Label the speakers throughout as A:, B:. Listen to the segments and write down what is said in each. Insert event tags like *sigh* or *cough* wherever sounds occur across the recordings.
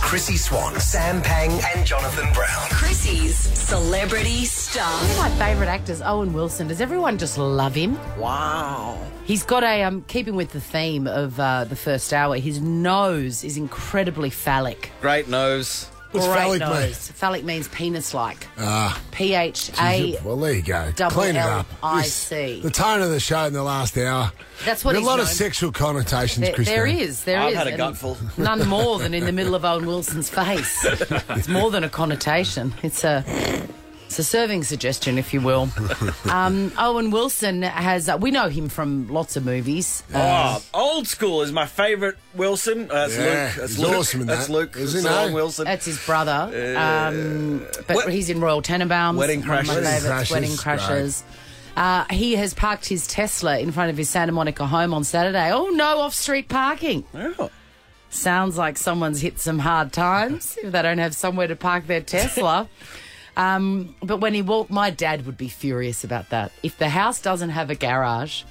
A: Chrissy Swan, Sam Pang, and Jonathan Brown.
B: Chrissy's Celebrity Star.
C: One of my favourite actors, Owen Wilson. Does everyone just love him?
D: Wow.
C: He's got a, um, keeping with the theme of uh, the first hour, his nose is incredibly phallic.
D: Great nose.
E: What's
C: Great
E: phallic,
C: nose.
E: mate?
C: Phallic means penis like.
E: Ah,
C: P H A.
E: well, there you go.
C: double
E: Clean it
C: L
E: up.
C: I
E: This-
C: C.
E: The tone of the show in the last hour.
C: That's what
E: There are
C: he's
E: a lot of
C: known.
E: sexual connotations,
C: There,
E: Christine.
C: there is, there
D: I've
C: is,
D: had a
C: and
D: gutful.
C: *laughs* None more than in the middle of Owen Wilson's face. It's more than a connotation. It's a it's a serving suggestion, if you will. Um, Owen Wilson has uh, we know him from lots of movies.
D: Oh, old school is my favourite Wilson. Uh, that's
E: Yeah,
D: Luke. That's
E: he's
D: Luke.
E: awesome in
D: that's
E: that,
D: Luke.
E: isn't
D: That's the
E: he?
D: long Wilson.
C: That's his brother, um, but
D: Wed-
C: he's in Royal Tenenbaums.
D: Uh, Wedding
C: one of my
D: Crashers.
C: favourites,
E: Crashers,
C: Wedding
E: great.
C: Crashers. Uh, he has parked his Tesla in front of his Santa Monica home on Saturday. Oh no, off-street parking.
D: Oh.
C: Sounds like someone's hit some hard
D: *laughs*
C: times if they don't have somewhere to park their Tesla. um, but when he walked, my dad would be furious about that. If the house doesn't have a garage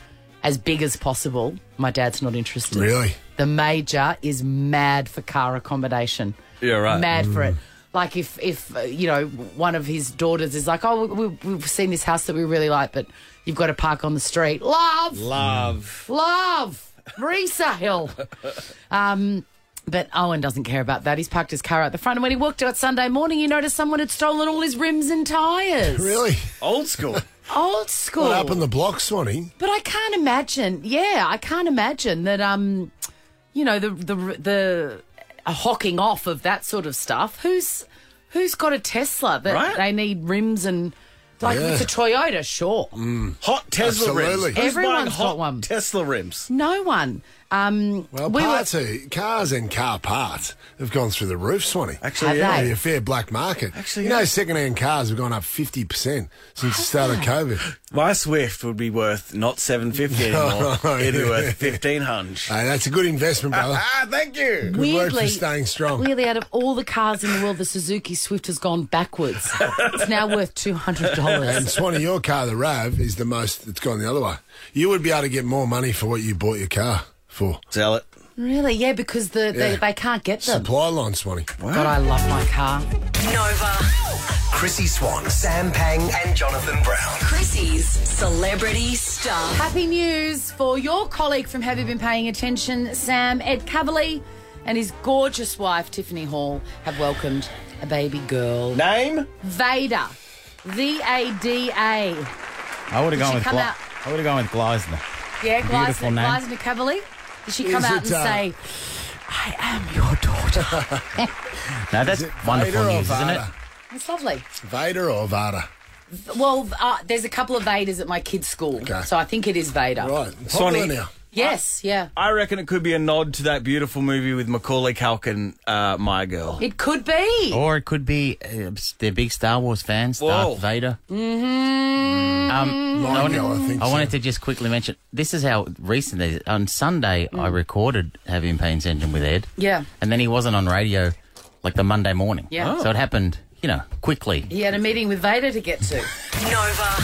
C: as big as possible, my dad's not interested.
E: Really?
C: The major is mad for car accommodation.
D: Yeah, right.
C: Mad for
E: Mm.
C: it. Like if if uh, you know one of his daughters is like, oh, we, we- we've seen this house that we really like, but you've got to park on the street. Love,
D: Love.
C: love
D: *laughs*
C: resale. um, but Owen doesn't care about that. He's parked his car out the front, and when he walked out Sunday morning, he noticed someone had stolen all his rims and tires.
E: Really?
D: Old school.
E: *laughs*
C: Old school.
E: What up in the block, Swanee?
C: But I can't imagine. Yeah, I can't imagine that. Um, you know the the the a hocking off of that sort of stuff. Who's who's got a Tesla that
D: Right.
C: they need rims and like if
E: Yeah. Mm.
C: it's a Toyota, sure.
D: Hot Tesla
E: Absolutely.
D: rims. Who's buying
C: Everyone's
D: hot
C: got one.
D: Tesla rims.
C: No one. Um,
E: Well,
C: we were,
E: parts of- cars and car parts have gone through the roof, Swanee.
C: Have
D: Actually,
C: they?
D: yeah.
E: Only a fair black market.
D: Actually,
E: you know,
D: yeah.
E: second-hand cars have gone up fifty percent since the start
C: Ah.
E: of COVID.
D: my Swift would be worth not
E: *laughs*
D: seven fifty anymore.
E: Oh,
D: It'd be worth fifteen hundred.
E: Hey, that's a good investment,
D: *laughs*
E: brother.
D: Ah, thank you.
E: Good work for staying strong.
C: Weirdly, out of all the cars in the world, the Suzuki Swift has gone backwards. it's now worth two
E: And *laughs*
C: hundred dollars.
E: Swanee, your car, the Rav, is the most that's gone the other way. You would be able to get more money for what you bought your car for.
D: Sell it.
C: Really? Yeah, because the, they,
E: Yeah.
C: they can't get them.
E: Supply line, Swanee.
C: God, I love my car.
B: Nova.
A: Chrissy Swan, Sam Pang, and Jonathan Brown.
B: Chrissy's Celebrity Star.
C: Happy news for your colleague from Have You Been Paying Attention, Sam Ed Coverley, and his gorgeous wife, Tiffany Hall, have welcomed a baby girl.
D: Name?
C: Vader. V A D A.
F: I would have
C: she
F: gone with
C: come
F: Gla-
C: out-
F: I would have gone with Gleisner.
C: Yeah,
F: Beautiful
C: Gleisner,
F: name.
C: Gleisner Coverley. Did she come
E: Is
C: out
E: it,
C: and
E: uh,
C: say, I am your
F: *laughs*
C: daughter?
F: No, that's wonderful
E: Vader or
F: news, isn't it?
E: Vada?
C: That's lovely.
E: Vader or Vada?
C: Well, uh, there's a couple of Vaders at my kids' school,
E: Okay.
C: so I think it is Vader.
E: Right.
D: Swanee.
E: Popular now.
C: Yes, yeah.
D: I reckon it could be a nod to that beautiful movie with Macaulay Culkin, uh, My Girl.
C: It could be.
F: Or it could be uh, they're big Star Wars fans,
D: Whoa.
F: Darth Vader. Mm-hmm. Um, I, wanted,
E: Girl, I think
F: I
E: so.
F: wanted to just quickly mention this is how recent it is. On Sunday, I recorded Have You Been Paying Attention with Ed.
C: Mm. Yeah.
F: And then he wasn't on radio like the Monday morning.
C: Yeah. Oh.
F: So it happened, you know, quickly.
C: He had a meeting with Vader to get to.
B: Nova.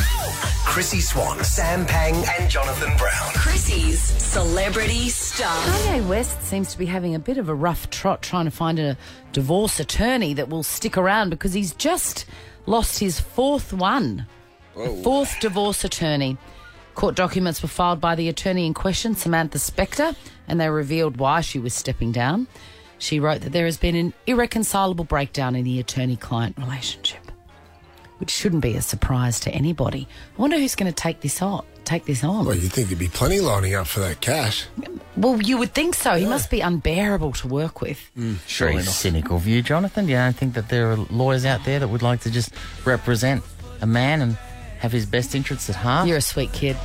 A: Chrissy Swan, Sam Pang, and Jonathan Brown.
B: Chrissy's Celebrity Star.
C: Kanye West seems to be having a bit of a rough trot trying to find a divorce attorney that will stick around because he's just lost his fourth one, The fourth divorce attorney. Court documents were filed by the attorney in question, Samantha Spector, and they revealed why she was stepping down. She wrote that there has been an irreconcilable breakdown in the attorney client relationship, which shouldn't be a surprise to anybody. I wonder who's going to take this on. Take this on.
E: Well, you'd think there'd be plenty lining up for that cash.
C: Well, you would think so. He must be unbearable to work with.
F: Mm. Very cynical view, Jonathan. You don't think that there are lawyers out there that would like to just represent a man and have his best interests at heart?
C: You're a sweet kid.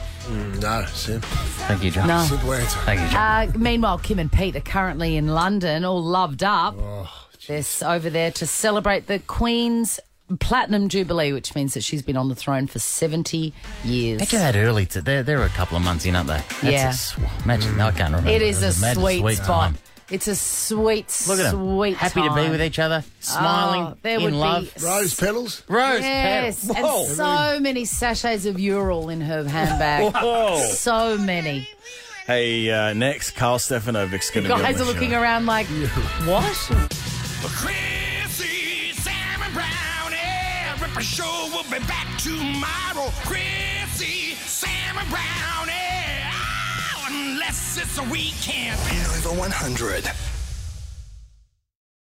E: No, Sam.
F: Thank you, John.
C: No.
E: Simple answer.
F: Thank you, John.
C: Uh, meanwhile, Kim and Pete are currently in London, all loved up.
F: Oh,
C: They're s- over there to celebrate the Queen's Platinum Jubilee, which means that she's been on the throne for 70 years.
F: Imagine that early. To, they're, they're a couple of months in, aren't they? That's
C: Yeah.
F: A sw- imagine. No, I can't remember.
C: It is
F: was
C: a
F: mad
C: sweet, spot.
F: time.
C: It's a sweet,
F: Look at them.
C: sweet Oh,
F: Happy to be with each other, smiling,
C: there
F: in
C: would be
F: love.
E: Rose petals?
F: Rose,
C: Yes,
F: Pam.
C: and
F: Whoa.
C: so many sachets of Ural in her
F: *laughs*
C: handbag.
D: Whoa.
C: So many.
D: Hey, uh, next, Carl Stefanovic's going to be on
C: Guys
D: the
C: are looking
D: show.
C: around like, what?
G: Chrissy, Sam and Brownie. Ripper Show will be back tomorrow. Chrissy, Sam and Ah, Brownie. Oh, unless it's a weekend.
A: Nova 100.